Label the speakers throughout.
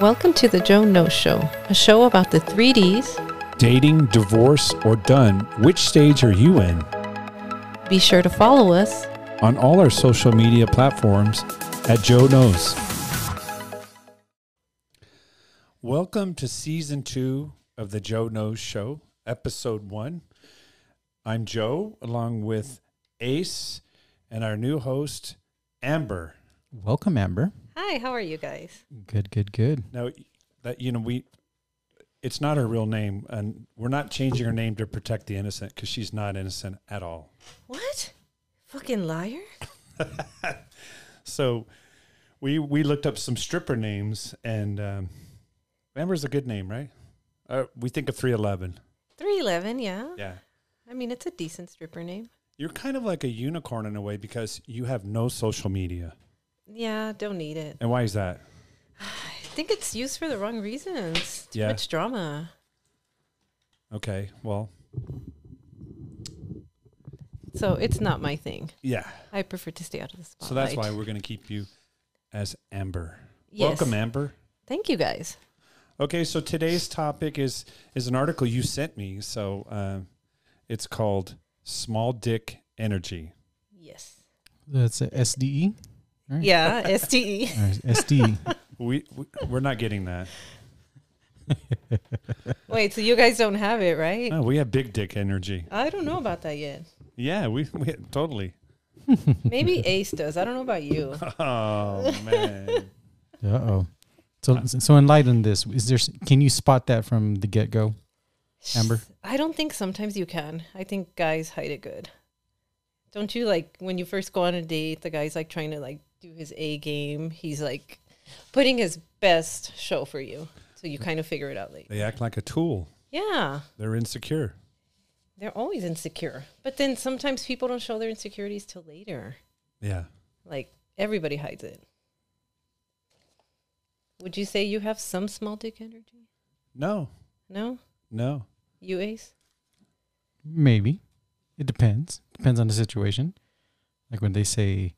Speaker 1: Welcome to the Joan No Show, a show about the 3Ds.
Speaker 2: dating, divorce, or done, which stage are you in?
Speaker 1: Be sure to follow us.
Speaker 2: On all our social media platforms at Joe Knows. Welcome to season two of the Joe Knows Show, episode one. I'm Joe, along with Ace and our new host, Amber.
Speaker 3: Welcome, Amber.
Speaker 1: Hi, how are you guys?
Speaker 3: Good, good, good.
Speaker 2: Now that you know we, it's not her real name, and we're not changing her name to protect the innocent because she's not innocent at all.
Speaker 1: What? Fucking liar?
Speaker 2: So we we looked up some stripper names, and um, Amber's a good name, right? Uh, we think of three eleven.
Speaker 1: 311, yeah.
Speaker 2: Yeah,
Speaker 1: I mean, it's a decent stripper name.
Speaker 2: you're kind of like a unicorn in a way because you have no social media.
Speaker 1: Yeah, don't need it.
Speaker 2: And why is that?
Speaker 1: I think it's used for the wrong reasons. Too
Speaker 2: Yeah.
Speaker 1: much drama.
Speaker 2: Okay, well,
Speaker 1: So it's not my thing.
Speaker 2: yeah.
Speaker 1: I prefer to stay out of the spotlight.
Speaker 2: So that's why we're going to keep you as Amber.
Speaker 1: Yes.
Speaker 2: Welcome, Amber.
Speaker 1: Thank you guys.
Speaker 2: Okay, so today's topic is is an article you sent me. So uh, it's called "Small Dick Energy."
Speaker 1: Yes.
Speaker 3: That's a E? SDE. Right.
Speaker 1: Yeah, E. STE.
Speaker 3: Or SDE.
Speaker 2: We, we we're not getting that.
Speaker 1: Wait, so you guys don't have it, right?
Speaker 2: No, Oh, we have big dick energy.
Speaker 1: I don't know about that yet.
Speaker 2: Yeah, we, we totally.
Speaker 1: Maybe Ace does. I don't know about you.
Speaker 2: Oh man.
Speaker 3: uh oh. So, so enlighten this. Is there? s- Can you spot that from the get go, Amber?
Speaker 1: I don't think sometimes you can. I think guys hide it good. Don't you like when you first go on a date, the guy's like trying to like do his A game. He's like putting his best show for you. So you kind of figure it out later.
Speaker 2: they act like a tool.
Speaker 1: Yeah.
Speaker 2: They're insecure.
Speaker 1: They're always insecure. But then sometimes people don't show their insecurities till later.
Speaker 2: Yeah.
Speaker 1: Like everybody hides it. Would you say you have some small dick energy?
Speaker 2: No.
Speaker 1: No?
Speaker 2: No.
Speaker 1: You ace?
Speaker 3: Maybe. It depends. Depends on the situation. Like when they say,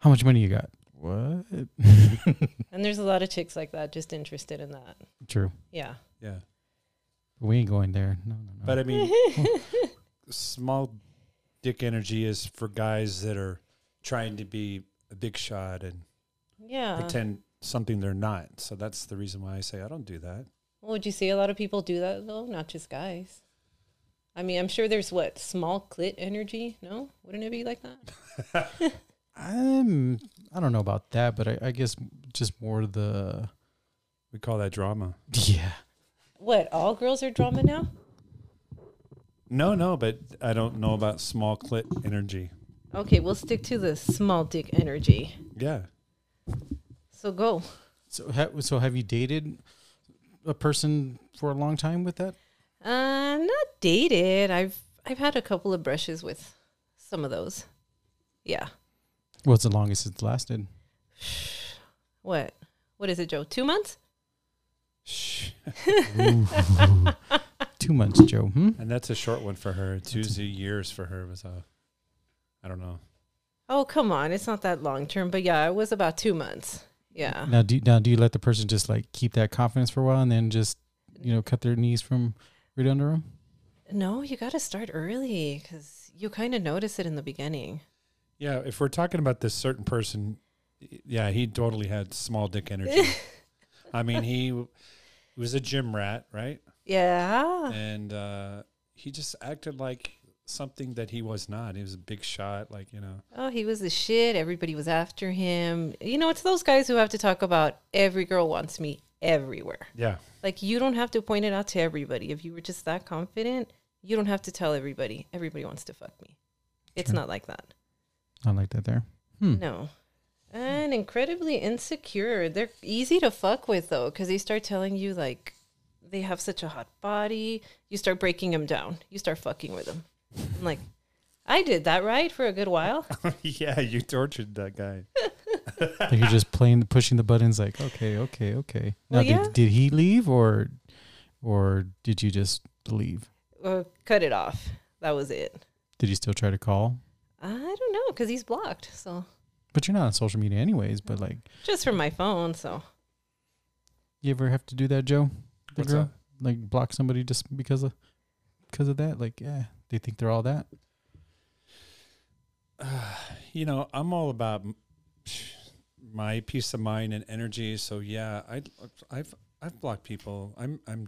Speaker 3: "How much money you got?" What?
Speaker 1: And there's a lot of chicks like that just interested in that.
Speaker 3: True.
Speaker 1: Yeah.
Speaker 2: Yeah.
Speaker 3: We ain't going there. No, no, no.
Speaker 2: But I mean small dick energy is for guys that are trying to be a big shot and
Speaker 1: Yeah.
Speaker 2: pretend something they're not. So that's the reason why I say I don't do that.
Speaker 1: Well, would you say a lot of people do that though? Not just guys. I mean, I'm sure there's what small clit energy. No, wouldn't it be like that?
Speaker 3: I'm. I don't know about that, but I, I guess just more the.
Speaker 2: We call that drama.
Speaker 3: Yeah.
Speaker 1: What all girls are drama now?
Speaker 2: No, no, but I don't know about small clit energy.
Speaker 1: Okay, we'll stick to the small dick energy.
Speaker 2: Yeah.
Speaker 1: So go.
Speaker 3: So, ha- so have you dated a person for a long time with that?
Speaker 1: Uh, not dated. I've I've had a couple of brushes with some of those. Yeah.
Speaker 3: What's the longest it's lasted?
Speaker 1: What? What is it, Joe? Two months?
Speaker 2: Shh.
Speaker 3: Two months, Joe. Hmm?
Speaker 2: And that's a short one for her. It's usually years for her was a I don't know.
Speaker 1: Oh, come on. It's not that long term, but yeah, it was about two months. Yeah.
Speaker 3: Now, do now do you let the person just like keep that confidence for a while and then just you know cut their knees from right under them?
Speaker 1: No, you got to start early because you kind of notice it in the beginning.
Speaker 2: Yeah, if we're talking about this certain person, y- yeah, he totally had small dick energy. I mean, he w- was a gym rat, right?
Speaker 1: Yeah.
Speaker 2: And uh, he just acted like something that he was not. He was a big shot, like you know.
Speaker 1: Oh, he was the shit. Everybody was after him. You know, it's those guys who have to talk about every girl wants me everywhere.
Speaker 2: Yeah,
Speaker 1: Like, you don't have to point it out to everybody. If you were just that confident, you don't have to tell everybody, everybody wants to fuck me. It's
Speaker 3: Sure.
Speaker 1: not like that.
Speaker 3: I like that there. Hmm.
Speaker 1: No. And incredibly insecure. They're easy to fuck with though, because they start telling you like they have such a hot body. You start breaking them down. You start fucking with them. I'm like, I did that right for a good while.
Speaker 2: yeah, you tortured that guy.
Speaker 3: Like you're just playing the pushing the buttons. Like okay, okay, okay. Now,
Speaker 1: Well,
Speaker 3: did
Speaker 1: yeah.
Speaker 3: did he leave or or did you just leave?
Speaker 1: Or cut it off. That was it.
Speaker 3: Did he still try to call?
Speaker 1: I don't know, because he's blocked. So
Speaker 3: But you're not on social media anyways. But like,
Speaker 1: just from my phone. So
Speaker 3: You ever have to do that, Joe? The
Speaker 2: What's
Speaker 3: girl?
Speaker 2: up?
Speaker 3: Like block somebody just because of because of that? Like, yeah, they think they're all that.
Speaker 2: You know, I'm all about m- my peace of mind and energy. So yeah, I, I've I've blocked people. I'm I'm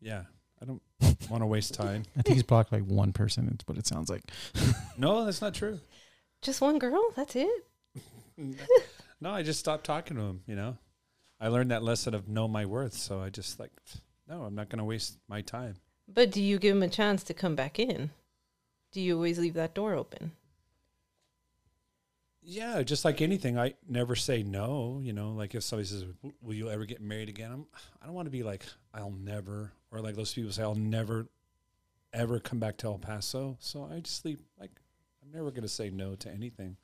Speaker 2: yeah. I don't want to waste time.
Speaker 3: I think he's blocked like one person. It's what it sounds like.
Speaker 2: No, that's not true.
Speaker 1: Just one girl? That's it?
Speaker 2: No, I just stopped talking to him. You know, I learned that lesson of know my worth. So I just like, no, I'm not going to waste my time.
Speaker 1: But do you give him a chance to come back in? Do you always leave that door open?
Speaker 2: Yeah, just like anything, I never say no. You know, like if somebody says, "W- "Will you ever get married again?" I'm, I don't want to be like, "I'll never," or like those people say, "I'll never, ever come back to El Paso." So I just leave. Like, I'm never going to say no to anything.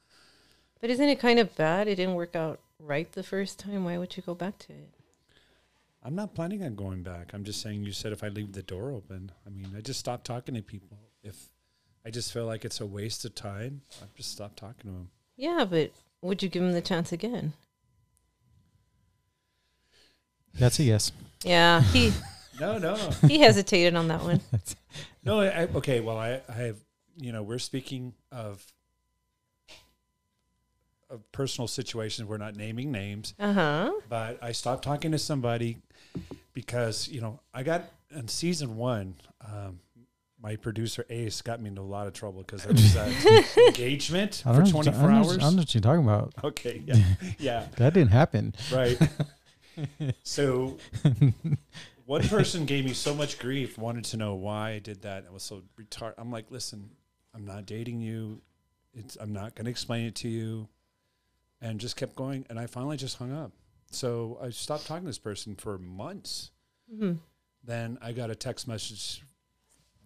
Speaker 1: But isn't it kind of bad? It didn't work out right the first time. Why would you go back to it?
Speaker 2: I'm not planning on going back. I'm just saying you said if I leave the door open, I mean, I just stop talking to people. If I just feel like it's a waste of time, I just stop talking to them.
Speaker 1: Yeah, but would you give him the chance again?
Speaker 3: That's a yes.
Speaker 1: Yeah, he
Speaker 2: No, no.
Speaker 1: he hesitated on that one.
Speaker 2: No, I, I- okay. Well, I, I have, you know, we're speaking of of personal situations. We're not naming names,
Speaker 1: Uh huh.
Speaker 2: but I stopped talking to somebody because you know I got in season one. Um, my producer Ace got me into a lot of trouble because there was that engagement
Speaker 3: I don't
Speaker 2: for
Speaker 3: know.
Speaker 2: twenty
Speaker 3: I
Speaker 2: four
Speaker 3: don't know- I
Speaker 2: hours.
Speaker 3: don't know what you're talking about.
Speaker 2: Okay, yeah, yeah,
Speaker 3: That didn't happen.
Speaker 2: right. So one person gave me so much grief, wanted to know why I did that. I was so retarded. I'm like, listen, I'm not dating you. It's I'm not going to explain it to you, and just kept going. And I finally just hung up. So I stopped talking to this person for months.
Speaker 1: Mm-hmm.
Speaker 2: Then I got a text message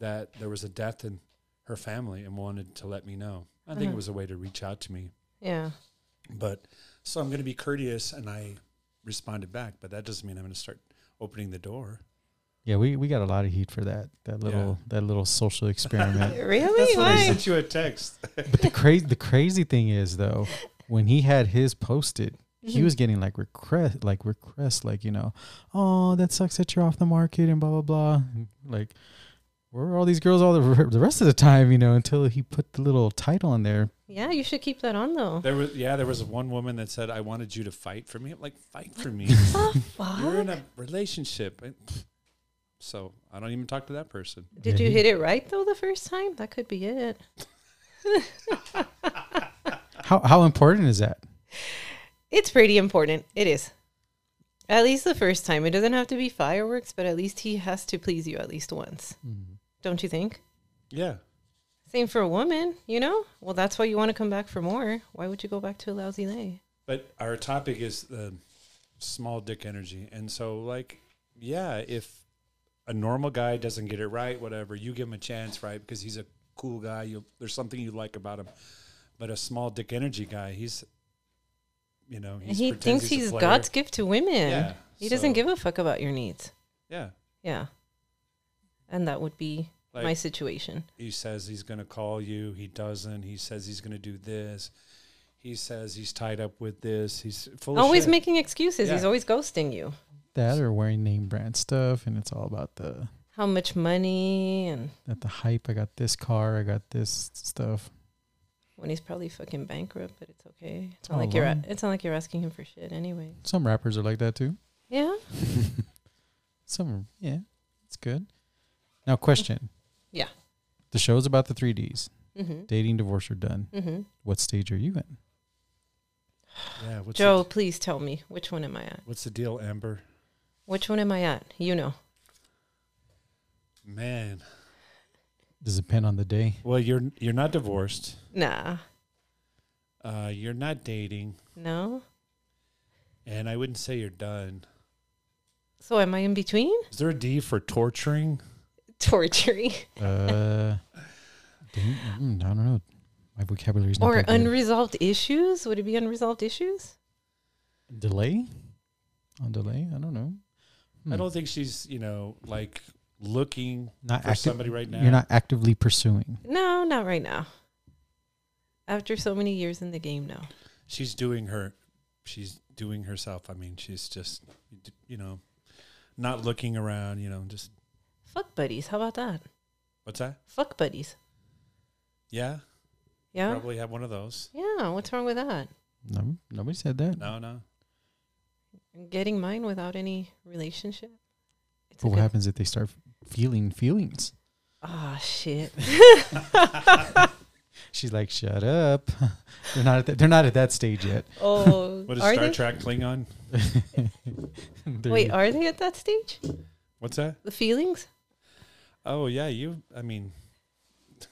Speaker 2: that there was a death in her family and wanted to let me know. I think it was a way to reach out to me.
Speaker 1: Yeah.
Speaker 2: But so I'm going to be courteous, and I responded back. But that doesn't mean I'm going to start opening the door.
Speaker 3: Yeah, we, we got a lot of heat for that. That little that little social experiment.
Speaker 1: Really?
Speaker 2: That's when I
Speaker 1: Why?
Speaker 2: sent you a text.
Speaker 3: But the crazy the crazy thing is though, when he had his posted, he was getting like request like requests like you know, oh that sucks that you're off the market and blah blah blah. And, Like, where were all these girls all the the rest of the time? You know, until he put the little title on there.
Speaker 1: Yeah, you should keep that on though.
Speaker 2: There was yeah, there was one woman that said, "I wanted you to fight for me." I'm like, fight for me? You're in a relationship. I- So I don't even talk to that person.
Speaker 1: Did you
Speaker 3: Maybe.
Speaker 1: hit it right though the first time? That could be it.
Speaker 3: How how important is that?
Speaker 1: It's pretty important. It is. At least the first time. It doesn't have to be fireworks, but at least he has to please you at least once. Don't you think?
Speaker 2: Yeah,
Speaker 1: Same for a woman, you know? Well, that's why you want to come back for more. Why would you go back to a lousy lay?
Speaker 2: but our topic is the small dick energy, and so like, yeah, if a normal guy doesn't get it right, whatever, you give him a chance, right? Because he's a cool guy. You there's something you like about him, but a small dick energy guy, he's, you know, he's
Speaker 1: he
Speaker 2: pretends
Speaker 1: thinks
Speaker 2: a
Speaker 1: he's
Speaker 2: player.
Speaker 1: God's gift to women.
Speaker 2: Yeah,
Speaker 1: he doesn't
Speaker 2: so-
Speaker 1: give a fuck about your needs.
Speaker 2: Yeah,
Speaker 1: Yeah. And that would be
Speaker 2: Like-
Speaker 1: my situation.
Speaker 2: he says he's going to call you he doesn't he says he's going to do this he says he's tied up with this he's full of
Speaker 1: always
Speaker 2: shit.
Speaker 1: making excuses. He's
Speaker 2: Yeah.
Speaker 1: always ghosting you.
Speaker 3: That or wearing name brand stuff, and it's all about the
Speaker 1: How much money and
Speaker 3: that the hype. I got this car. I got this stuff.
Speaker 1: when he's probably fucking bankrupt, but it's okay. It's
Speaker 2: Oh,
Speaker 3: all
Speaker 1: not like you're a-
Speaker 3: love.
Speaker 1: it's not like you're asking him for shit anyway.
Speaker 3: Some rappers are like that too.
Speaker 1: Yeah.
Speaker 3: Some, yeah, it's good. Now, question.
Speaker 1: Yeah.
Speaker 3: The show's about the three Ds:
Speaker 1: Mm-hmm.
Speaker 3: dating, divorce, or done.
Speaker 1: Mm-hmm.
Speaker 3: What stage are you in?
Speaker 2: yeah what's
Speaker 1: Joe,
Speaker 2: the,
Speaker 1: please tell me which one am I at?
Speaker 2: what's the deal amber
Speaker 1: Which one am I at? You know.
Speaker 2: man
Speaker 3: Does it depend on the day?
Speaker 2: well you're you're not divorced
Speaker 1: Nah.
Speaker 2: uh, you're not dating
Speaker 1: No.
Speaker 2: and i wouldn't say you're done
Speaker 1: So am I in between?
Speaker 2: is there a d for torturing
Speaker 1: Torturing
Speaker 3: Uh, date- mm, I don't know. My vocabulary's not
Speaker 1: or
Speaker 3: that good.
Speaker 1: unresolved issues? Would it be unresolved issues?
Speaker 3: delay. On delay, I don't know.
Speaker 2: i
Speaker 3: Hmm.
Speaker 2: don't think she's you know like looking
Speaker 3: Not
Speaker 2: for
Speaker 3: active-
Speaker 2: somebody right now
Speaker 3: You're not actively pursuing.
Speaker 1: No, not right now. After so many years in the game, no.
Speaker 2: she's doing her she's doing herself. I mean, she's just you know not looking around. You know, just
Speaker 1: Fuck buddies. How about that?
Speaker 2: what's that?
Speaker 1: Fuck buddies.
Speaker 2: Yeah,
Speaker 1: Yeah.
Speaker 2: probably have one of those.
Speaker 1: Yeah. What's wrong with that?
Speaker 3: No, nobody said that.
Speaker 2: No, no.
Speaker 1: Getting mine without any relationship. It's a
Speaker 3: But what
Speaker 1: good-
Speaker 3: happens if they start feeling feelings?
Speaker 1: Ah, shit.
Speaker 3: She's like, "Shut up! they're not. At that, they're not at that stage yet.
Speaker 1: Oh,
Speaker 2: What is
Speaker 1: are
Speaker 2: Star
Speaker 1: they?
Speaker 2: Trek Klingon?
Speaker 3: They're-
Speaker 1: Wait, are they at that stage?
Speaker 2: What's that?
Speaker 1: The feelings?
Speaker 2: Oh yeah, you. I mean,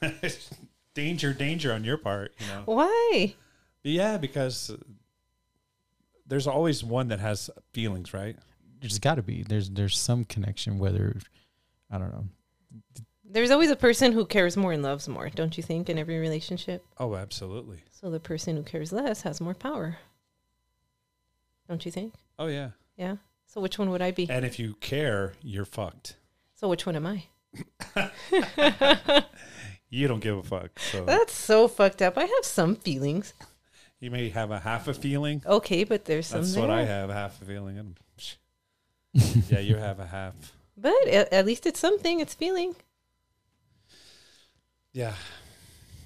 Speaker 2: danger, danger on your part. You know.
Speaker 1: Why?
Speaker 2: Yeah, because there's always one that has feelings, right?
Speaker 3: there's got to be. There's there's some connection. Whether I don't know.
Speaker 1: There's always a person who cares more and loves more, don't you think, in every relationship?
Speaker 2: Oh, absolutely.
Speaker 1: So the person who cares less has more power. Don't you think?
Speaker 2: Oh yeah.
Speaker 1: Yeah. So which one would I be?
Speaker 2: And if you care, you're fucked.
Speaker 1: So which one am I?
Speaker 2: You don't give a fuck. So
Speaker 1: That's so fucked up. I have some feelings.
Speaker 2: you may have a half a feeling.
Speaker 1: Okay, but there's some
Speaker 2: That's what
Speaker 1: there.
Speaker 2: I have, half a feeling. I don't- yeah, you have a half.
Speaker 1: But at, at least it's something. It's feeling.
Speaker 2: Yeah.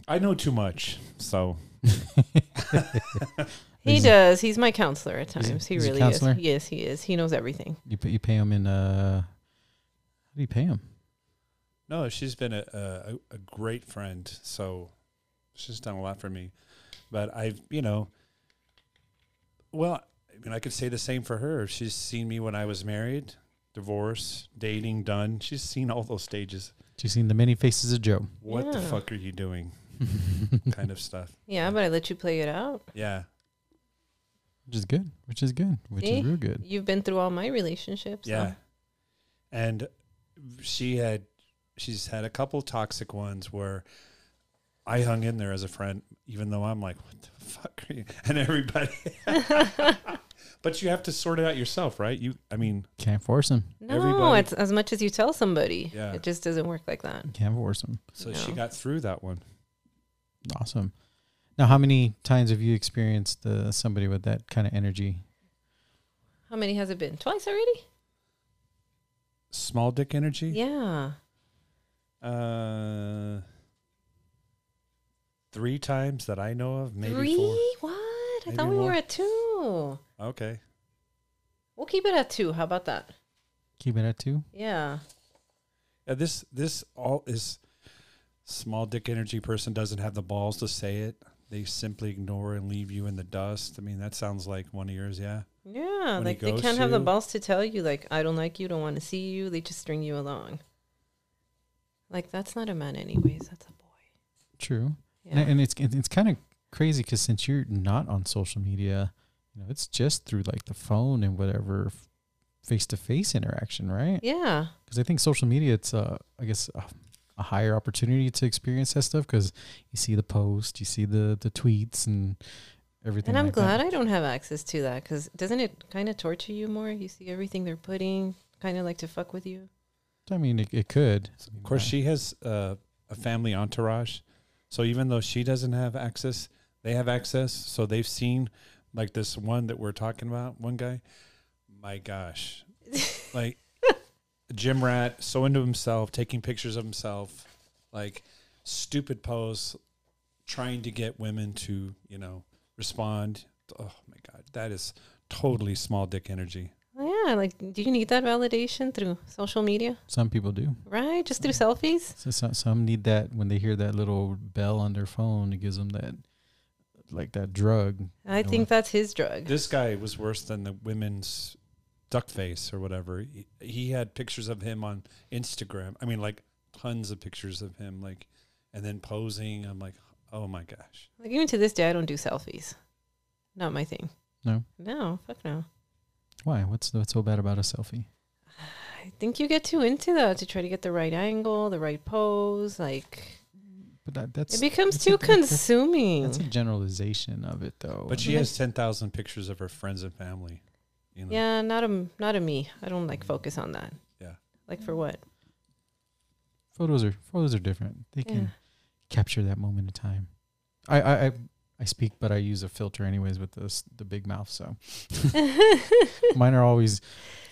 Speaker 2: I know too much. So
Speaker 1: He
Speaker 3: He's-
Speaker 1: does. He's my counselor at
Speaker 3: He's a-
Speaker 1: times. He
Speaker 3: he's a
Speaker 1: really is.
Speaker 3: counselor?
Speaker 1: Yes, he is. He knows everything.
Speaker 3: You pay, you pay them in. Uh, how do you pay them?
Speaker 2: no, she's been a, a a great friend. So she's done a lot for me. But I've you know well, I mean I could say the same for her. She's seen me when I was married, divorced, dating, done. She's seen all those stages.
Speaker 3: She's seen the many faces of Joe.
Speaker 2: What the
Speaker 1: Yeah.
Speaker 2: fuck are you doing? kind of stuff.
Speaker 1: Yeah, but I let you play it out.
Speaker 2: Yeah.
Speaker 3: Which is good. Which is good. Which
Speaker 1: See?
Speaker 3: is real good.
Speaker 1: You've been through all my relationships. so-
Speaker 2: Yeah. And she had she's had a couple toxic ones where I hung in there as a friend, even though I'm like, what the fuck are you and everybody But you have to sort it out yourself, right? You I mean
Speaker 3: Can't force him.
Speaker 1: No,
Speaker 2: Everybody-
Speaker 1: it's as much as you tell somebody.
Speaker 2: Yeah.
Speaker 1: It just doesn't work like that.
Speaker 3: Can't force him.
Speaker 2: so she
Speaker 1: No.
Speaker 2: got through that one.
Speaker 3: Awesome. Now, how many times have you experienced uh, somebody with that kind of energy?
Speaker 1: How many has it been? Twice already?
Speaker 2: Small dick energy?
Speaker 1: Yeah.
Speaker 2: Uh three times that I know of, maybe
Speaker 1: Three?
Speaker 2: four.
Speaker 1: What? I
Speaker 2: Maybe
Speaker 1: thought we
Speaker 2: more.
Speaker 1: were at two.
Speaker 2: Okay.
Speaker 1: We'll keep it at two. How about that?
Speaker 3: Keep it at two.
Speaker 1: Yeah.
Speaker 2: Yeah, this this all is small dick energy person doesn't have the balls to say it. They simply ignore and leave you in the dust. I mean, that sounds like one of yours, yeah.
Speaker 1: Yeah.
Speaker 2: When he
Speaker 1: like they
Speaker 2: goes
Speaker 1: can't have the
Speaker 2: to-
Speaker 1: balls to tell you, like, I don't like you, don't want to see you. They just string you along. Like, that's not a man, anyways. That's a boy.
Speaker 3: True.
Speaker 1: Yeah.
Speaker 3: And, and it's and it's kind of crazy because since you're not on social media, you know, it's just through like the phone and whatever face to face interaction, right?
Speaker 1: yeah.
Speaker 3: Because I think social media, it's uh, I guess. A, a higher opportunity to experience that stuff because you see the post, you see the the tweets and everything.
Speaker 1: And I'm
Speaker 3: like
Speaker 1: glad
Speaker 3: that.
Speaker 1: I don't have access to that because doesn't it kind of torture you more? You see everything they're putting, kind of like to fuck with you.
Speaker 3: I mean, it, it could.
Speaker 2: Of course, she has uh, a family entourage, so even though she doesn't have access, they have access. So they've seen like this one that we're talking about, one guy. My gosh, like gym rat, so into himself, taking pictures of himself, like stupid pose, trying to get women to you know respond. Oh my god, that is totally small dick energy.
Speaker 1: Yeah, like, do you need that validation through social media?
Speaker 3: Some people do.
Speaker 1: Right? Just through selfies?
Speaker 3: So some, some need that when they hear that little bell on their phone, it gives them that, like that drug.
Speaker 1: I
Speaker 3: know,
Speaker 1: think that's his drug.
Speaker 2: This guy was worse than the women's duck face or whatever. He, he had pictures of him on Instagram. I mean, like tons of pictures of him, like, and then posing. I'm like, oh my gosh.
Speaker 1: Like, even to this day, I don't do selfies. Not my thing.
Speaker 3: No.
Speaker 1: No, fuck no.
Speaker 3: Why? What's what's so bad about a selfie?
Speaker 1: I think you get too into that to try to get the right angle, the right pose. Like,
Speaker 3: But that, that's
Speaker 1: it becomes
Speaker 3: that's
Speaker 1: too
Speaker 3: a- that's-
Speaker 1: consuming.
Speaker 3: That's a generalization of it, though.
Speaker 2: But she
Speaker 1: Mhm.
Speaker 2: has 10,000 pictures of her friends and family. You know?
Speaker 1: Yeah, not a not a me. I don't like focus on that.
Speaker 2: Yeah.
Speaker 1: Like for what?
Speaker 3: photos are photos are different. They
Speaker 1: Yeah.
Speaker 3: can capture that moment in time. I I, I I speak, but I use a filter anyways with this the big mouth. So mine are always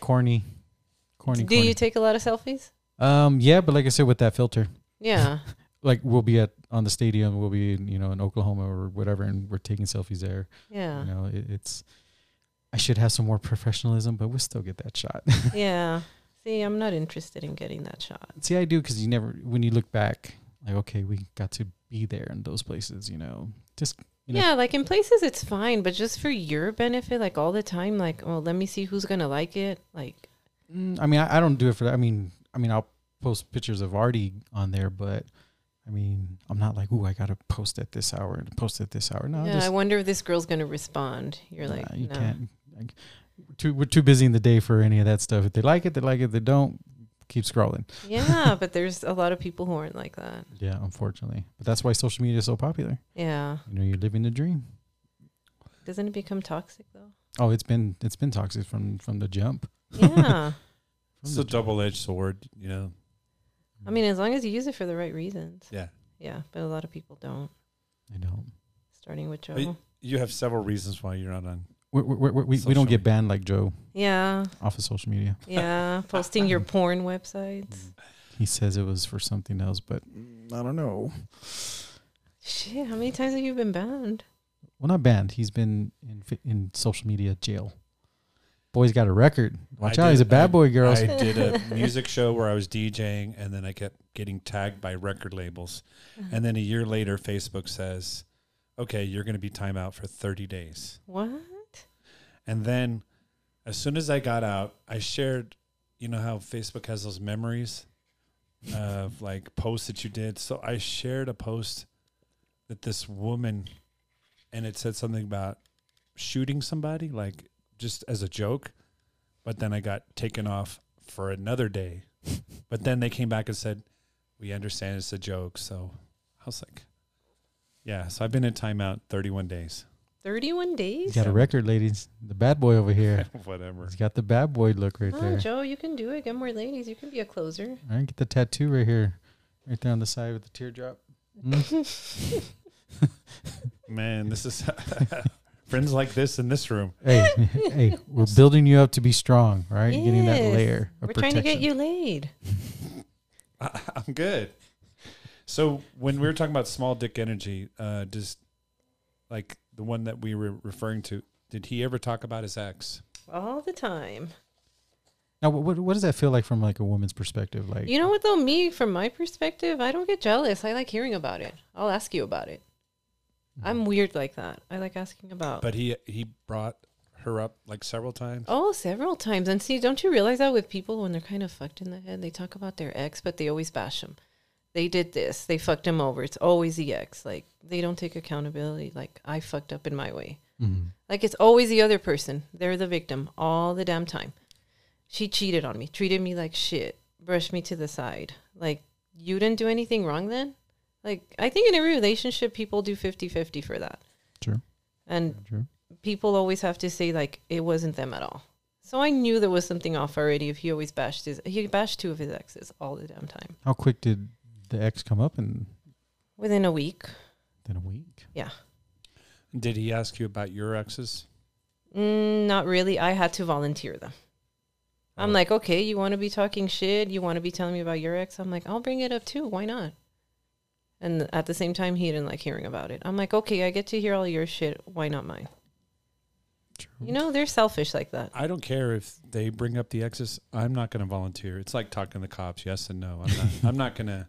Speaker 3: corny, corny.
Speaker 1: Do
Speaker 3: corny.
Speaker 1: you take a lot of selfies?
Speaker 3: um, yeah, but like I said, with that filter,
Speaker 1: Yeah.
Speaker 3: like we'll be at on the stadium, we'll be in, you know in Oklahoma or whatever, and we're taking selfies there.
Speaker 1: Yeah.
Speaker 3: You know, it, it's. I should have some more professionalism, but we'll still get that shot.
Speaker 1: Yeah. See, I'm not interested in getting that shot.
Speaker 3: See, I do because you never, when you look back, like, okay, we got to be there in those places, you know. Just, you know,
Speaker 1: Yeah, like in places it's fine, but just for your benefit, like all the time, like, oh, let me see who's gonna like it. Like,
Speaker 3: Mm, I mean, I, I don't do it for that. I mean, I mean, I'll post pictures of Artie on there, but I mean, I'm not like, ooh, I gotta post at this hour and post at this hour. No,
Speaker 1: yeah,
Speaker 3: just,
Speaker 1: I wonder if this girl's gonna respond. You're
Speaker 3: nah,
Speaker 1: like,
Speaker 3: you
Speaker 1: no.
Speaker 3: can't. Like, we're too, we're too busy in the day for any of that stuff. If they like it, they like it. They don't, keep scrolling.
Speaker 1: yeah, but there's a lot of people who aren't like that.
Speaker 3: Yeah, unfortunately, but that's why social media is so popular.
Speaker 1: Yeah.
Speaker 3: You know, you're living the dream.
Speaker 1: Doesn't it become toxic though?
Speaker 3: Oh, it's been it's been toxic from from the jump.
Speaker 1: Yeah.
Speaker 3: From
Speaker 2: It's
Speaker 3: the
Speaker 2: a double edged sword, you know.
Speaker 1: I mean, as long as you use it for the right reasons.
Speaker 2: Yeah.
Speaker 1: Yeah, but a lot of people don't.
Speaker 3: I know.
Speaker 1: Starting with Joe.
Speaker 2: Are you- You have several reasons why you're not on.
Speaker 3: We, we, we, we, we
Speaker 2: Social
Speaker 3: don't get
Speaker 2: media.
Speaker 3: banned like Joe
Speaker 1: yeah.
Speaker 3: off of social media.
Speaker 1: Yeah. Posting your porn websites.
Speaker 3: He says it was for something else, but Mm, I don't know.
Speaker 1: Shit, how many times have you been banned?
Speaker 3: Well, not banned. He's been in fi- in social media jail. Boy's got a record. Watch
Speaker 2: I
Speaker 3: out, he's a
Speaker 2: did-
Speaker 3: bad
Speaker 2: I-
Speaker 3: boy, girls.
Speaker 2: I did a music show where I was DJing, and then I kept getting tagged by record labels. And then a year later, Facebook says, "Okay, you're going to be time out for 30 days."
Speaker 1: What?
Speaker 2: And then, as soon as I got out, I shared. You know how Facebook has those memories of like posts that you did. So I shared a post that this woman, and it said something about shooting somebody, like just as a joke. But then I got taken off for another day. But then they came back and said, "We understand it's a joke." So I was like, "Yeah." So I've been in timeout 31 days.
Speaker 1: 31
Speaker 3: He's
Speaker 1: days?
Speaker 3: got a record, ladies. The bad boy over here.
Speaker 2: Whatever.
Speaker 3: He's got the bad boy look right
Speaker 1: Oh,
Speaker 3: there.
Speaker 1: Joe, you can do it. Get more ladies. You can be a closer.
Speaker 3: All right, get the tattoo right here, right there on the side with the teardrop. Mm.
Speaker 2: Man, this is friends like this in this room.
Speaker 3: hey, hey, we're building you up to be strong, right? You're Getting that
Speaker 1: Yes.
Speaker 3: layer of
Speaker 1: We're trying
Speaker 3: protection.
Speaker 1: to get you laid.
Speaker 2: I, I'm good. So when we were talking about small dick energy, uh, does like the one that we were referring to, did he ever talk about his ex?
Speaker 1: All the time.
Speaker 3: Now, what, what what does that feel like from like a woman's perspective? Like,
Speaker 1: You know what, though? Me, from my perspective, I don't get jealous. I like hearing about it. I'll ask you about it. I'm weird like that. I like asking about.
Speaker 2: But he he brought her up like several times.
Speaker 1: Oh, several times. And see, don't you realize that with people when they're kind of fucked in the head, they talk about their ex, but they always bash them. They did this. They fucked him over. It's always the ex. Like they don't take accountability. Like I fucked up in my way.
Speaker 3: Mhm.
Speaker 1: Like it's always the other person. They're the victim all the damn time. She cheated on me, treated me like shit, brushed me to the side. Like you didn't do anything wrong then? Like I think in every relationship people do 50-50 for that.
Speaker 3: True.
Speaker 1: And
Speaker 3: True.
Speaker 1: people always have to say like it wasn't them at all. So I knew there was something off already if he always bashed his he bashed two of his exes all the damn time.
Speaker 3: How quick did the ex come up in
Speaker 1: Within a week.
Speaker 3: than a week?
Speaker 2: Did he ask you about your exes?
Speaker 1: Mm, not really. I had to volunteer them. I'm
Speaker 2: Oh.
Speaker 1: like, okay, you want to be talking shit? You want to be telling me about your ex? I'm like, I'll bring it up too. Why not? And at the same time, he didn't like hearing about it. I'm like, okay, I get to hear all your shit. Why not mine?
Speaker 3: True.
Speaker 1: You know, they're selfish like that.
Speaker 2: I don't care if they bring up the exes. I'm not going to volunteer. It's like talking to the cops. Yes and no. I'm not. I'm not going to.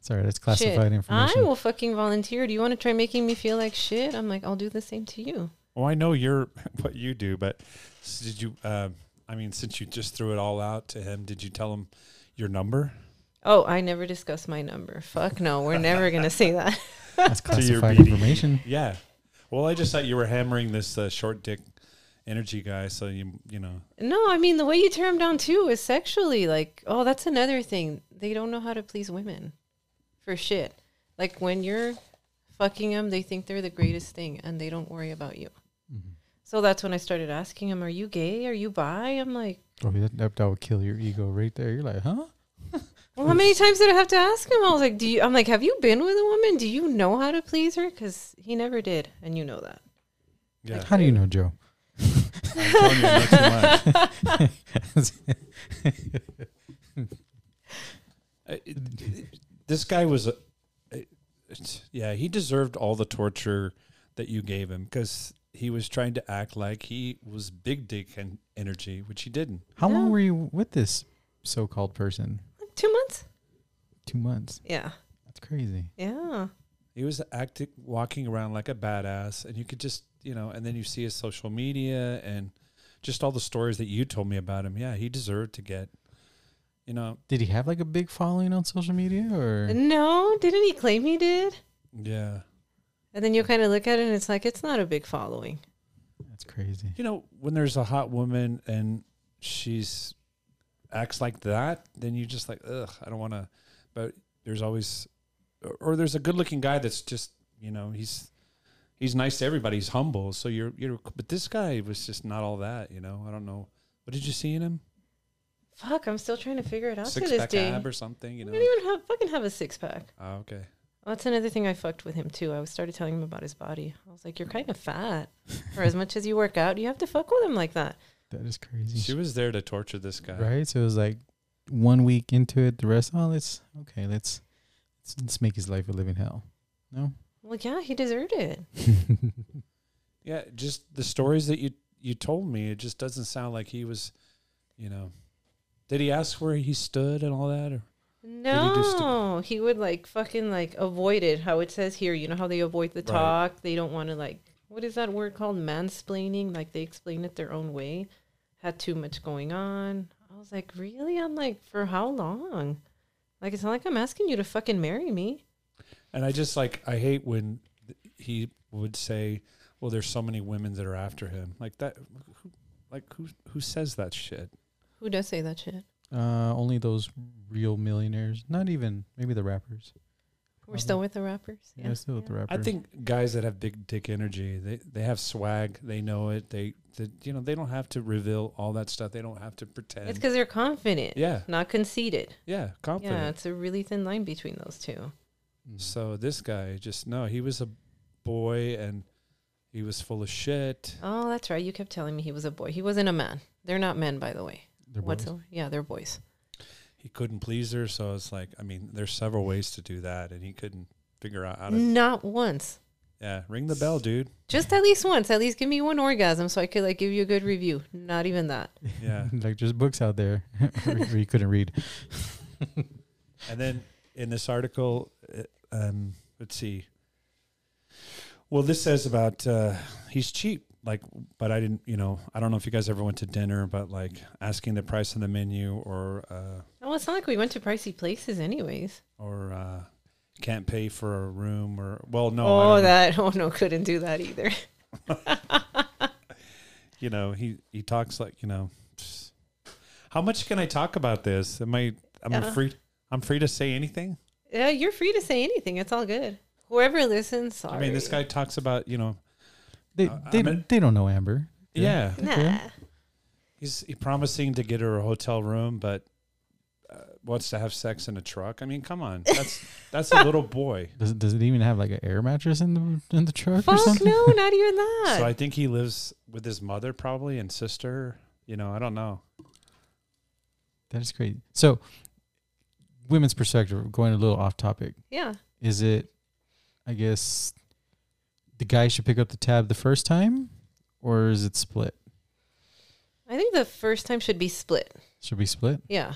Speaker 3: Sorry, that's
Speaker 1: Shit,
Speaker 3: classified
Speaker 1: I
Speaker 3: information.
Speaker 1: will fucking volunteer. Do you want to try making me feel like shit? I'm like, I'll do the same to you.
Speaker 2: Well, I know you're what you do, but s- did you? Uh, I mean, since you just threw it all out to him, did you tell him your number?
Speaker 1: Oh, I never discuss my number. Fuck no, we're never gonna say that.
Speaker 3: that's
Speaker 2: To your
Speaker 3: classified
Speaker 2: BD.
Speaker 3: information.
Speaker 2: Yeah. Well, I just thought you were hammering this uh, short dick energy guy, so you you know.
Speaker 1: No, I mean the way you tear them down too is sexually like, oh, that's another thing. They don't know how to please women for shit. Like when you're fucking them, they think they're the greatest thing and they don't worry about you. So that's when I started asking him, "Are you gay? Are you bi?" I'm like,
Speaker 3: Oh, that, that, that would kill your ego right there. You're like, huh?
Speaker 1: Well, how many times did I have to ask him? I was like, "Do you?" I'm like, "Have you been with a woman? Do you know how to please her?" Because he never did, and you know that.
Speaker 2: Yeah.
Speaker 3: How do you know, Joe?
Speaker 2: I'm telling you, that's too much. Uh, it- this guy was, a, it's- yeah, he deserved all the torture that you gave him because he was trying to act like he was big dick and energy, which he didn't.
Speaker 3: How long
Speaker 1: Yeah.
Speaker 3: were you with this so-called person?
Speaker 1: Like two months.
Speaker 3: Two months.
Speaker 1: Yeah,
Speaker 3: That's crazy.
Speaker 1: yeah.
Speaker 2: He was acting, walking around like a badass, and you could just, you know, and then you see his social media and just all the stories that you told me about him. Yeah, he deserved to get, you know,
Speaker 3: Did he have like a big following on social media, or
Speaker 1: No, didn't he claim he did?
Speaker 2: yeah.
Speaker 1: And then you kind of look at it, and it's like it's not a big following.
Speaker 3: that's crazy?
Speaker 2: You know, when there's a hot woman and she's acts like that, then you just like, ugh, I don't want to. But there's always, or- or there's a good-looking guy that's just, you know, he's he's nice to everybody. He's humble. So you're you're, but this guy was just not all that. You know, I don't know. What did you see in him?
Speaker 1: Fuck, I'm still trying to figure it out
Speaker 2: Six
Speaker 1: to this
Speaker 2: pack
Speaker 1: day.
Speaker 2: ab or something. You
Speaker 1: I
Speaker 2: know.
Speaker 1: don't even have fucking have a six pack.
Speaker 2: Ah, okay.
Speaker 1: Well, that's another thing I fucked with him too. I was started telling him about his body. I was like, "You're kind of fat. For as much as you work out, you have to fuck with him like that."
Speaker 3: That is crazy.
Speaker 2: She was there to torture this guy.
Speaker 3: right? So it was like one week into it, the rest. Oh, let's okay, let's let's, let's make his life a living hell. No,
Speaker 1: Well, yeah, he deserved it.
Speaker 2: Yeah. Just the stories that you you told me. It just doesn't sound like he was, you know. Did he ask where he stood and all that? Or? he just-
Speaker 1: No, he would like fucking like avoid it. How it says here, you know how they avoid the
Speaker 2: Right.
Speaker 1: talk. They don't want to like what is that word called? Mansplaining. Like they explain it their own way. Had too much going on. I was like, really? I'm like, for how long? Like it's not like I'm asking you to fucking marry me.
Speaker 2: And I just like I hate when th- he would say, "Well, there's so many women that are after him." Like that, who, like who who says that shit?
Speaker 1: Who does say that shit?
Speaker 3: uh, only those real millionaires. Not even maybe the rappers.
Speaker 1: We're
Speaker 2: Uh-huh.
Speaker 1: still with the rappers.
Speaker 3: Yeah, still with the rappers.
Speaker 2: I think guys that have big dick energy, they they have swag, they know it, they, they you know they don't have to reveal all that stuff, they don't have to pretend.
Speaker 1: It's because they're confident,
Speaker 2: yeah,
Speaker 1: not conceited.
Speaker 2: yeah, confident.
Speaker 1: Yeah, it's a really thin line between those two.
Speaker 3: Mm.
Speaker 2: So this guy just no, he was a boy and he was full of shit.
Speaker 1: Oh, that's right. You kept telling me he was a boy. He wasn't a man. They're not men, by the way.
Speaker 3: They're
Speaker 1: What's
Speaker 3: boys.
Speaker 1: a- yeah, they're boys.
Speaker 2: He couldn't please her, so it's like I mean, there's several ways to do that, and he couldn't figure out how to.
Speaker 1: Not once.
Speaker 2: Yeah, ring the bell, dude.
Speaker 1: Just at least once. At least give me one orgasm so I could like give you a good review. Not even that.
Speaker 2: Yeah.
Speaker 3: like there's books out there where you couldn't read.
Speaker 2: And then in this article, uh, um, let's see. Well, this says about uh, he's cheap. Like, but I didn't. You know, I don't know if you guys ever went to dinner, but like asking the price on the menu or uh,
Speaker 1: Oh, it's not like we went to pricey places anyways.
Speaker 2: or uh, can't pay for a room or well, no, I
Speaker 1: oh,
Speaker 2: don't know.
Speaker 1: that. Oh, no, couldn't do that either.
Speaker 2: you know he he talks like you know. How much can I talk about this? Am I? I'm
Speaker 1: Yeah.
Speaker 2: free. I'm free to say anything.
Speaker 1: Yeah, you're free to say anything. It's all good. Whoever listens, sorry.
Speaker 2: I mean, this guy talks about you know.
Speaker 3: They
Speaker 2: Uh,
Speaker 3: they,
Speaker 2: I'm a-
Speaker 3: they don't know Amber.
Speaker 2: Yeah.
Speaker 1: Nah.
Speaker 2: He's he promising to get her a hotel room, but uh, wants to have sex in a truck. I mean, come on, that's that's a little boy.
Speaker 3: Does it, does it even have like an air mattress in the in the truck or
Speaker 1: Fuck
Speaker 3: something?
Speaker 1: no, not even that.
Speaker 2: So I think he lives with his mother probably and sister. You know, I don't know.
Speaker 3: That is crazy. So, women's perspective. Going a little off topic.
Speaker 1: yeah.
Speaker 3: Is it? I guess the guy should pick up the tab the first time, or is it split?
Speaker 1: I think the first time should be split.
Speaker 3: Should be split.
Speaker 1: Yeah.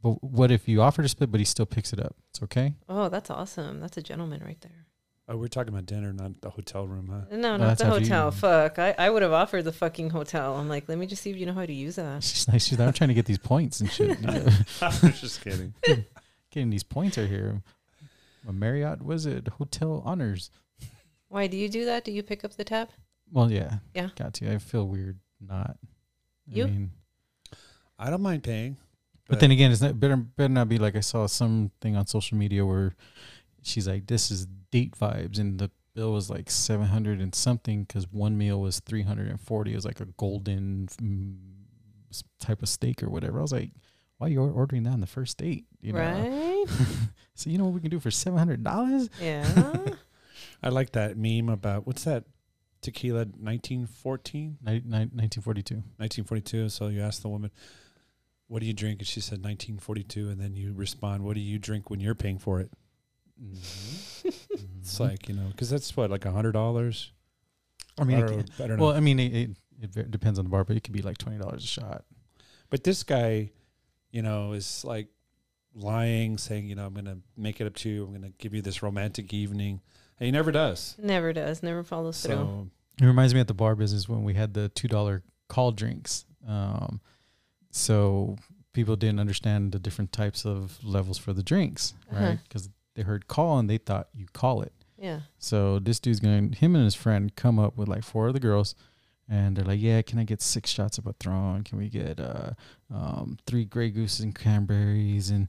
Speaker 3: But what if you offer to split, but he still picks it up? It's okay.
Speaker 1: Oh, that's awesome. That's a gentleman right there.
Speaker 2: Oh, we're talking about dinner, not the hotel room, huh?
Speaker 1: No,
Speaker 3: No,
Speaker 1: not
Speaker 3: that's
Speaker 1: the
Speaker 3: after you-
Speaker 1: hotel. Fuck. I, I would have offered the fucking hotel. I'm like, let me just see if you know how to use that.
Speaker 3: She's like, she's like, I'm trying to get these points and shit.
Speaker 2: I'm just kidding.
Speaker 3: Getting these points right here. A Marriott was it hotel honors?
Speaker 1: Why do you do that? Do you pick up the tab?
Speaker 3: Well, yeah,
Speaker 1: Yeah.
Speaker 3: Got to. I feel weird not.
Speaker 1: You?
Speaker 3: I mean,
Speaker 2: I don't mind paying.
Speaker 3: But then again, it's not better better not be like I saw something on social media where she's like, "This is date vibes," and the bill was like seven hundred and something because one meal was three hundred and forty. It was like a golden mm, s- type of steak or whatever. I was like, why you're ordering that on the first date, you know?
Speaker 1: right?
Speaker 3: So you know what we can do for seven hundred dollars?
Speaker 1: Yeah.
Speaker 2: I like that meme about what's that tequila 1914,
Speaker 3: Nineteen forty-two.
Speaker 2: 1942. So you ask the woman, "What do you drink?" and she said 1942, and then you respond, "What do you drink when you're paying for it?" Mm-hmm.
Speaker 3: Mm-hmm.
Speaker 2: It's like you know, because that's what like a hundred dollars.
Speaker 3: I mean, it
Speaker 2: or,
Speaker 3: can-
Speaker 2: I don't know.
Speaker 3: well, I mean, it, it, it ver- depends on the bar, but it could be like twenty dollars a shot.
Speaker 2: But this guy, you know, is like lying, saying, you know, I'm going to make it up to you. I'm going to give you this romantic evening. And he never does.
Speaker 1: never does. Never follows through.
Speaker 2: So,
Speaker 3: It reminds me at the bar business when we had the two dollar call drinks. Um, so people didn't understand the different types of levels for the drinks,
Speaker 1: Uh-huh.
Speaker 3: right? Because they heard call and they thought you call it.
Speaker 1: Yeah.
Speaker 3: So this dude's going, to him and his friend come up with like four of the girls, and they're like, "Yeah, can I get six shots of Patron? Can we get uh, um, three Grey Gooses and cranberries, and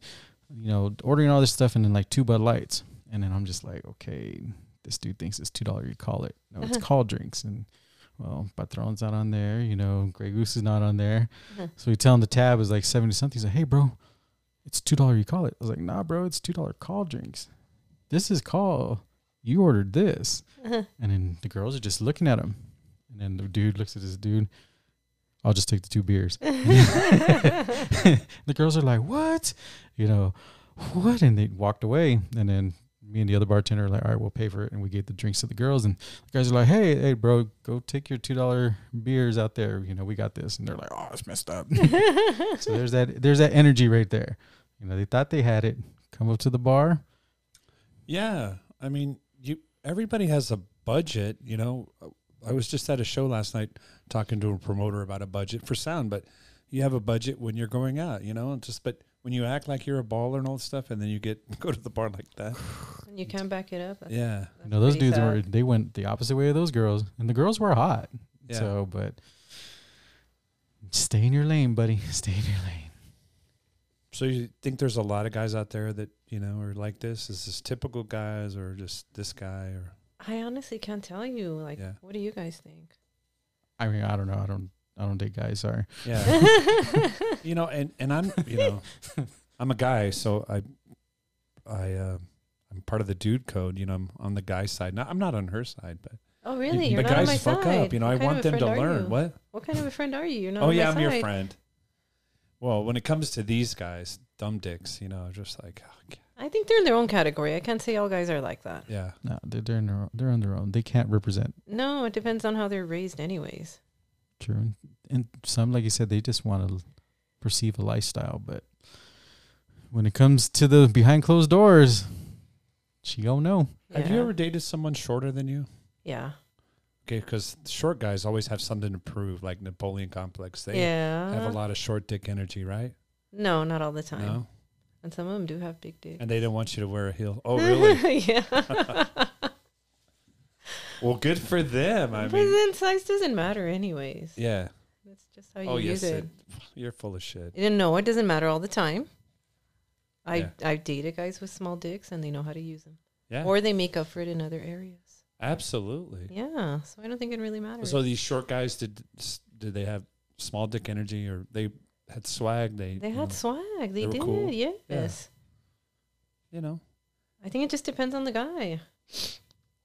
Speaker 3: you know, ordering all this stuff, and then like two Bud Lights." And then I'm just like, "Okay, this dude thinks it's two dollar. You call it? No, it's
Speaker 1: Uh-huh.
Speaker 3: called drinks." And well, Patron's not on there. You know, Grey Goose is not on there.
Speaker 1: Uh-huh.
Speaker 3: So we tell him the tab is like seventy something. He's like, "Hey, bro, it's two dollar. You call it?" I was like, "Nah, bro, it's two dollar call drinks. This is call." you ordered this.
Speaker 1: Uh-huh.
Speaker 3: And then the girls are just looking at him. And then the dude looks at his dude. I'll just take the two beers. the girls are like, what? You know, what? And they walked away. And then me and the other bartender are like, all right, we'll pay for it. And we gave the drinks to the girls. And the guys are like, hey, hey, bro, go take your $2 beers out there. You know, we got this. And they're like, oh, it's messed up. so there's that, there's that energy right there. You know, they thought they had it. Come up to the bar.
Speaker 2: yeah. I mean, you everybody has a budget, you know. I was just at a show last night talking to a promoter about a budget for sound, but you have a budget when you're going out, you know, and just but when you act like you're a baller and all this stuff and then you get go to the bar like that.
Speaker 1: And you can't back it up. That's,
Speaker 2: Yeah.
Speaker 1: that's
Speaker 3: You know, those
Speaker 1: pretty
Speaker 3: dudes
Speaker 1: sad.
Speaker 3: were they went the opposite way of those girls, and the girls were hot.
Speaker 2: Yeah.
Speaker 3: So, but stay in your lane, buddy. Stay in your lane.
Speaker 2: So you think there's a lot of guys out there that you know are like this? Is this typical guys or just this guy or
Speaker 1: I honestly can't tell you. Like,
Speaker 2: Yeah.
Speaker 1: what do you guys think?
Speaker 3: I mean, I don't know. I don't. I don't date guys. Sorry.
Speaker 2: yeah? you know, and and I'm you know I'm a guy, so I I uh, I'm part of the dude code. You know, I'm on the guy side. Now I'm not on her side, but
Speaker 1: oh, really?
Speaker 2: the
Speaker 1: You're not on
Speaker 2: guys
Speaker 1: my
Speaker 2: fuck
Speaker 1: side.
Speaker 2: up. You know,
Speaker 1: What
Speaker 2: I
Speaker 1: kind
Speaker 2: want
Speaker 1: of a
Speaker 2: them to
Speaker 1: friend are
Speaker 2: learn
Speaker 1: you?
Speaker 2: what.
Speaker 1: What kind of a friend are you? You're not.
Speaker 2: oh
Speaker 1: on
Speaker 2: yeah,
Speaker 1: my
Speaker 2: I'm your
Speaker 1: side.
Speaker 2: friend. Well, when it comes to these guys, dumb dicks, you know, just like oh, God.
Speaker 1: I think they're in their own category. I can't say all guys are like that.
Speaker 2: yeah,
Speaker 3: No, they're they're, in their own, they're on their own. They can't represent.
Speaker 1: No, it depends on how they're raised, anyways.
Speaker 3: True. And, and some, like you said, they just want to perceive a lifestyle. But when it comes to the behind closed doors, she don't know.
Speaker 2: Have
Speaker 1: Yeah.
Speaker 2: you ever dated someone shorter than you?
Speaker 1: Yeah.
Speaker 2: Okay, because short guys always have something to prove, like Napoleon complex. They
Speaker 1: yeah.
Speaker 2: have a lot of short dick energy, right?
Speaker 1: No, not all the time.
Speaker 2: No,
Speaker 1: And some of them do have big dicks.
Speaker 2: and they don't want you to wear a heel. Oh, really?
Speaker 1: yeah.
Speaker 2: well, good for them. I
Speaker 1: but
Speaker 2: mean,
Speaker 1: then size doesn't matter, anyways.
Speaker 2: yeah.
Speaker 1: That's just how you
Speaker 2: Oh,
Speaker 1: use
Speaker 2: yes,
Speaker 1: it.
Speaker 2: it, you're full of shit.
Speaker 1: You know, it doesn't matter all the time. I
Speaker 2: Yeah.
Speaker 1: I've dated guys with small dicks and they know how to use them,
Speaker 2: Yeah,
Speaker 1: or they make up for it in other areas.
Speaker 2: absolutely.
Speaker 1: Yeah, so I don't think it really matters.
Speaker 2: So these short guys did did they have small dick energy or they had swag? They
Speaker 1: they
Speaker 2: you
Speaker 1: had
Speaker 2: know,
Speaker 1: swag. They,
Speaker 2: they were
Speaker 1: did.
Speaker 2: cool.
Speaker 1: Yes.
Speaker 2: you know
Speaker 1: I think it just depends on the guy.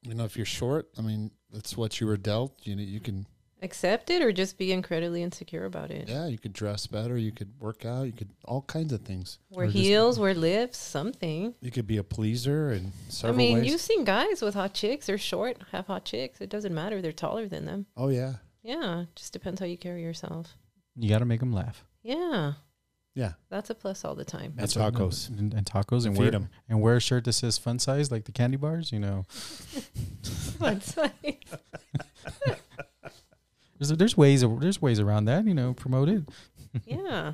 Speaker 2: you know if you're short, I mean that's what you were dealt. You know you can
Speaker 1: Accept it or just be incredibly insecure about it.
Speaker 4: Yeah, you could dress better. You could work out. You could all kinds of things.
Speaker 1: Wear
Speaker 3: Or just-
Speaker 1: heels, wear lips, something.
Speaker 2: you could be a pleaser in
Speaker 1: I
Speaker 2: several
Speaker 1: mean,
Speaker 2: ways.
Speaker 1: you've seen guys with hot chicks. They're short, have hot chicks. It doesn't matter. They're taller than them.
Speaker 4: Oh yeah,
Speaker 1: Yeah, just depends how you carry yourself.
Speaker 3: You got to make them laugh.
Speaker 1: Yeah,
Speaker 2: yeah,
Speaker 1: that's a plus all the time.
Speaker 2: and
Speaker 3: what-
Speaker 2: tacos.
Speaker 3: and, and tacos and
Speaker 2: Feed
Speaker 3: wear
Speaker 2: 'em.
Speaker 3: and wear a shirt that says fun size like the candy bars. You know,
Speaker 1: That's like-
Speaker 3: there's there's ways there's ways around that. You know, promote it.
Speaker 1: Yeah.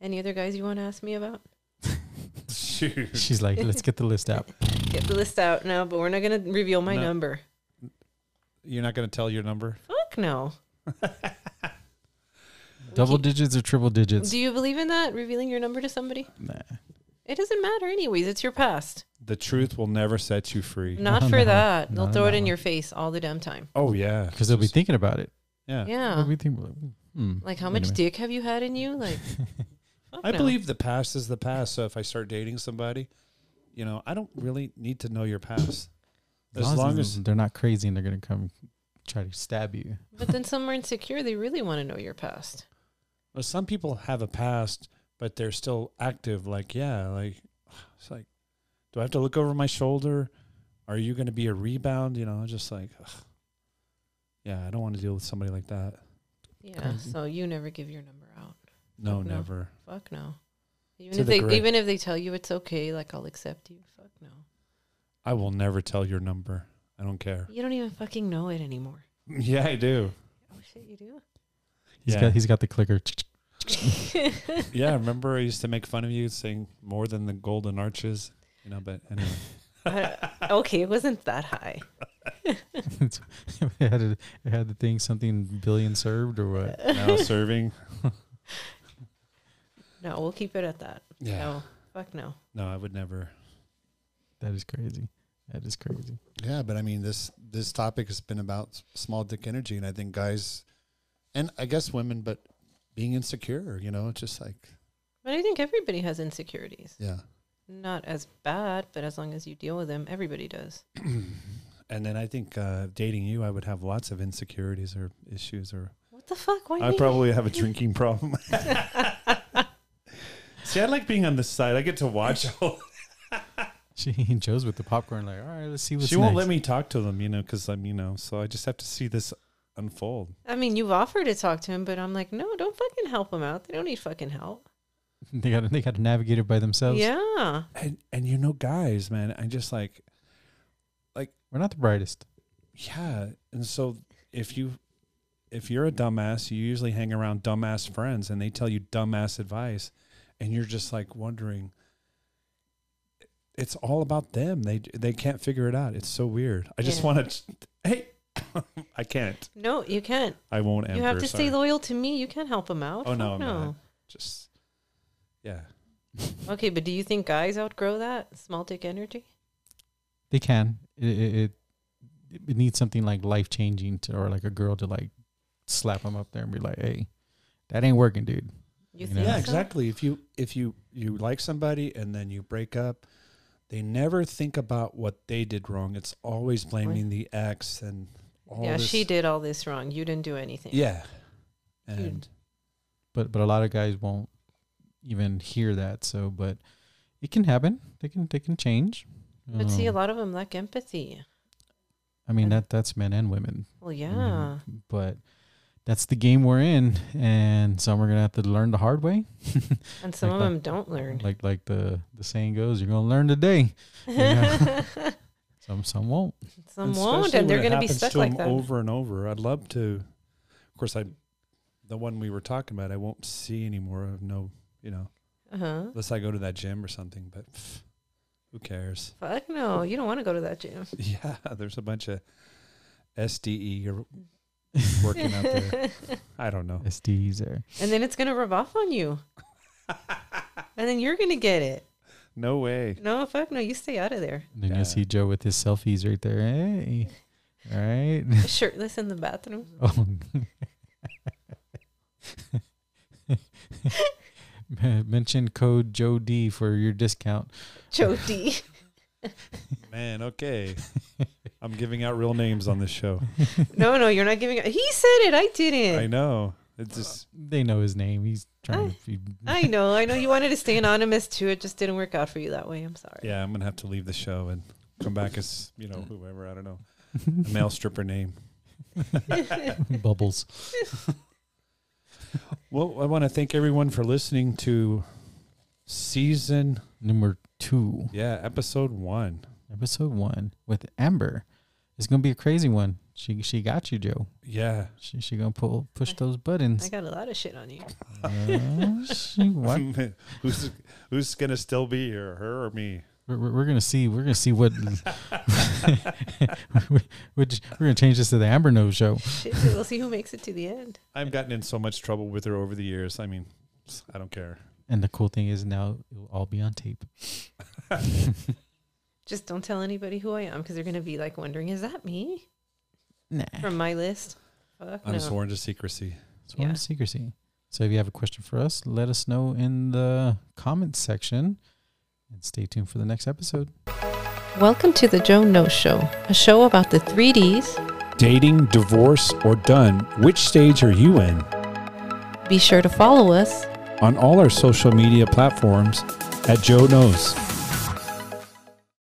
Speaker 1: Any other guys you want to ask me about?
Speaker 2: Shoot.
Speaker 3: She's like, let's get the list out.
Speaker 1: Get the list out now, but we're not going to reveal my
Speaker 2: No.
Speaker 1: number.
Speaker 2: You're not going to tell your number?
Speaker 1: Fuck no.
Speaker 3: Double digits or triple digits?
Speaker 1: Do you believe in that? Revealing your number to somebody?
Speaker 3: Nah.
Speaker 1: It doesn't matter, anyways. It's your past.
Speaker 2: The truth will never set you free.
Speaker 1: Not
Speaker 3: No,
Speaker 1: for
Speaker 3: no,
Speaker 1: that. They'll
Speaker 3: not
Speaker 1: throw
Speaker 3: on
Speaker 1: it
Speaker 3: that
Speaker 1: in
Speaker 3: one.
Speaker 1: your face all the damn time.
Speaker 2: Oh yeah,
Speaker 3: Because they'll be thinking about it.
Speaker 2: yeah.
Speaker 1: Yeah.
Speaker 3: They'll be thinking, like, Hmm.
Speaker 1: Like, how much
Speaker 3: Anyway.
Speaker 1: dick have you had in you? Like, fuck
Speaker 2: I
Speaker 1: no.
Speaker 2: believe the past is the past. So if I start dating somebody, you know, I don't really need to know your past. As long as
Speaker 3: they're not crazy and they're gonna come try to stab you.
Speaker 1: But then some are insecure. They really want to know your past.
Speaker 2: well, some people have a past, but they're still active. Like, yeah, like it's like, do I have to look over my shoulder? Are you going to be a rebound? You know, just like, ugh. yeah, I don't want to deal with somebody like that.
Speaker 1: Yeah.
Speaker 3: Crazy.
Speaker 1: So you never give your number out.
Speaker 2: No,
Speaker 1: Fuck no.
Speaker 2: never.
Speaker 1: Fuck no. Even
Speaker 2: To
Speaker 1: if
Speaker 2: the
Speaker 1: they
Speaker 2: grave.
Speaker 1: even if they tell you it's okay, like I'll accept you. Fuck no.
Speaker 2: I will never tell your number. I don't care.
Speaker 1: You don't even fucking know it anymore.
Speaker 2: Yeah, I do.
Speaker 1: Oh shit, you do.
Speaker 3: He's
Speaker 2: Yeah.
Speaker 3: got he's got the clicker.
Speaker 2: yeah, remember I used to make fun of you saying more than the golden arches, you know, but anyway.
Speaker 1: I- okay, it wasn't that high.
Speaker 3: it, had a, it had the thing something billion served or what?
Speaker 2: now serving.
Speaker 1: No, we'll keep it at that.
Speaker 2: Yeah.
Speaker 1: No, fuck no.
Speaker 2: No, I would never.
Speaker 3: That is crazy. That is crazy.
Speaker 4: Yeah, but I mean this this topic has been about s- small dick energy, and I think guys, and I guess women, but being insecure, you know, it's just like
Speaker 1: But I think everybody has insecurities.
Speaker 4: yeah,
Speaker 1: Not as bad, but as long as you deal with them, everybody does.
Speaker 2: And then I think uh, dating you, I would have lots of insecurities or issues, or
Speaker 1: What the fuck? Why?
Speaker 2: I
Speaker 1: me?
Speaker 2: probably have a drinking problem. See, I like being on the side. I get to watch.
Speaker 3: She and Joe's with the popcorn, like, all right, let's see what's
Speaker 2: she won't let
Speaker 3: next."
Speaker 2: me talk to them, you know, because I'm, you know, so I just have to see this unfold.
Speaker 1: I mean, you've offered to talk to him, but I'm like, no, don't fucking help them out. They don't need fucking help.
Speaker 3: They got they got to navigate it by themselves.
Speaker 1: Yeah.
Speaker 2: And and you know, guys, man, I just like
Speaker 3: We're not the brightest.
Speaker 2: Yeah, and so if you if you're a dumbass, you usually hang around dumbass friends and they tell you dumbass advice and you're just like wondering it's all about them. They they can't figure it out. It's so weird. I just
Speaker 1: Yeah.
Speaker 2: want to Hey, I can't.
Speaker 1: No, you can't.
Speaker 2: I won't
Speaker 1: you
Speaker 2: Amber,
Speaker 1: have to
Speaker 2: sorry.
Speaker 1: stay loyal to me. You can't help him out.
Speaker 2: Oh,
Speaker 1: Fuck
Speaker 2: no, I'm not. Just Yeah.
Speaker 1: Okay, but do you think guys outgrow that small dick energy?
Speaker 3: They can. It it, it, it needs something like life changing to or like a girl to like slap them up there and be like, hey, that ain't working, dude.
Speaker 1: You
Speaker 3: Yeah.
Speaker 1: think
Speaker 2: yeah
Speaker 1: so?
Speaker 2: exactly if you if you you like somebody and then you break up they never think about what they did wrong it's always blaming the ex and all
Speaker 1: yeah,
Speaker 2: this-
Speaker 1: she did all this wrong. You didn't do anything.
Speaker 2: yeah and
Speaker 3: But but a lot of guys won't even hear that. So, but it can happen. They can they can change.
Speaker 1: But see, a
Speaker 2: Mm.
Speaker 3: Um,
Speaker 1: lot of them lack empathy.
Speaker 3: I mean that that's men and women.
Speaker 1: Well,
Speaker 3: I
Speaker 1: yeah.
Speaker 3: mean, but that's the game we're in, and some are gonna have to learn the hard way.
Speaker 2: Mm-hmm.
Speaker 1: And some
Speaker 3: Like
Speaker 1: of
Speaker 3: that.
Speaker 1: them don't learn.
Speaker 3: Like like the the saying goes, you're gonna learn today. Yeah. Some some won't.
Speaker 1: some
Speaker 2: especially
Speaker 1: won't,
Speaker 2: when
Speaker 1: and they're
Speaker 2: it
Speaker 1: going to be
Speaker 2: happens
Speaker 1: stuck
Speaker 2: to
Speaker 1: like
Speaker 2: 'em
Speaker 1: that.
Speaker 2: over and over i'd love to of course i the one we were talking about i won't see anymore of no you know
Speaker 1: Uh-huh.
Speaker 2: unless i go to that gym or something but pff, who cares
Speaker 1: Fuck no. You don't want to go to that gym.
Speaker 2: yeah there's a bunch of sde or working out there i don't know
Speaker 3: SDs there.
Speaker 1: and then it's going to rub off on you. and then you're going to get it.
Speaker 2: no way
Speaker 1: No, fuck no. You stay out of there.
Speaker 3: And then
Speaker 2: Yeah.
Speaker 3: you see Joe with his selfies right there. Hey. All right.
Speaker 1: Shirtless in the bathroom.
Speaker 3: Oh. Men- Mention code Joe D for your discount.
Speaker 1: Joe D.
Speaker 2: Man, okay. I'm giving out real names on this show.
Speaker 1: no, no, you're not giving. He said it. I
Speaker 2: I
Speaker 1: didn't.
Speaker 2: know. It's just
Speaker 3: They know his name. He's trying to be
Speaker 1: I know. I know you wanted to stay anonymous too. It just didn't work out for you that way. I'm sorry.
Speaker 2: yeah, I'm gonna have to leave the show and come back as, you know, whoever, I don't know. A male stripper name.
Speaker 3: bubbles.
Speaker 2: Well, I wanna thank everyone for listening to season
Speaker 3: Number two,
Speaker 2: yeah, episode one.
Speaker 3: episode one with Amber. It's gonna be a crazy one. She she got you, Joe.
Speaker 2: Yeah.
Speaker 3: She she gonna pull push those buttons.
Speaker 1: I got a lot of shit on you.
Speaker 3: Uh, she- what?
Speaker 2: who's who's gonna still be here, her or me?
Speaker 3: We're, we're we're gonna see. We're gonna see what. we're, we're just- we're gonna change this to the Amber Nose show.
Speaker 1: Shit. We'll see who makes it to the end.
Speaker 2: I've gotten in so much trouble with her over the years. I mean, I don't care.
Speaker 3: And the cool thing is now it'll all be on tape.
Speaker 1: Just don't tell anybody who I am because they're going to be like wondering, is that me
Speaker 3: Nah.
Speaker 1: from my list? Fuck
Speaker 2: I'm
Speaker 1: no.
Speaker 2: sworn to secrecy.
Speaker 3: It's one
Speaker 1: Yeah.
Speaker 3: of secrecy. So if you have a question for us, let us know in the comments section and stay tuned for the next episode.
Speaker 1: Welcome to the Joe No Show, a show about the 3Ds.
Speaker 2: Dating, divorce, or done, which stage are you in?
Speaker 1: Be sure to follow us
Speaker 2: On all our social media platforms at Joe Knows.